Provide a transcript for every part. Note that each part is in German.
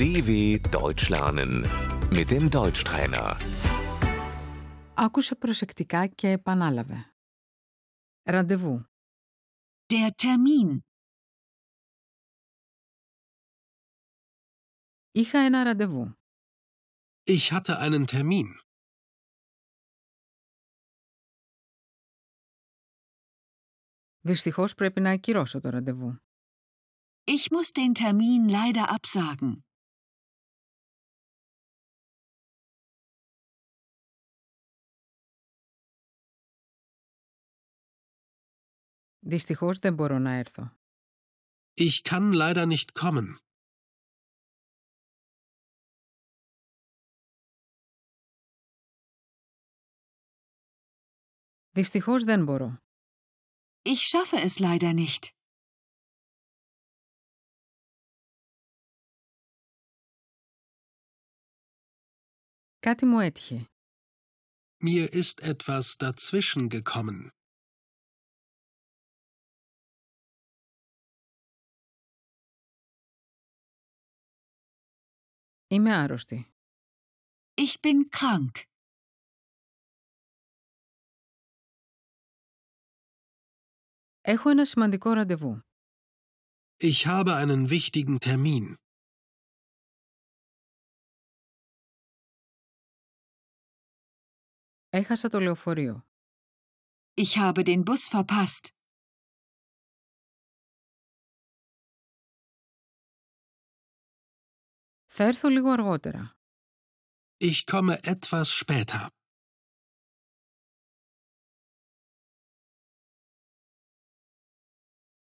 DW Deutsch lernen mit dem Deutschtrainer. Άκουσε προσεκτικά και επανάλαβε. Ραντεβού. Der Termin. Είχα ένα ραντεβού. Ich hatte einen Termin. Δυστυχώ πρέπει να ακυρώσω το ραντεβού. Ich muss den Termin leider absagen. Δυστυχώ δεν μπορώ να έρθω. Ich kann leider nicht kommen. Δυστυχώ δεν μπορώ. Ich schaffe es leider nicht. Κάτι μου έτυχε. Mir ist etwas dazwischen gekommen. Είμαι άρρωστη. Ich bin krank. Έχω ένα σημαντικό ραντεβού. Ich habe einen wichtigen Termin. Έχασα το λεωφορείο. Ich habe den Bus verpasst. Θα έρθω λίγο αργότερα. Ich komme etwas später.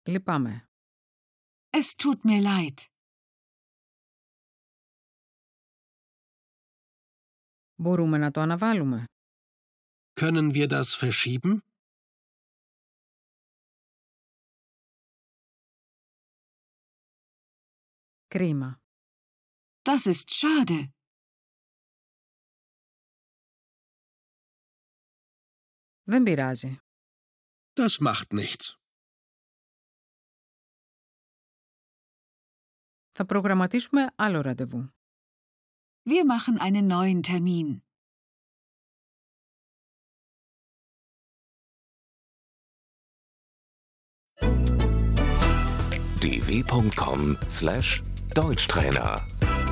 Λυπάμαι. Es tut mir leid. Μπορούμε να το αναβάλουμε. Können wir das verschieben? Κρίμα. Das ist schade. Δεν πειράζει. Das macht nichts. Θα προγραμματίσουμε άλλο ραντεβού. Wir machen einen neuen Termin. dw.com/deutschtrainer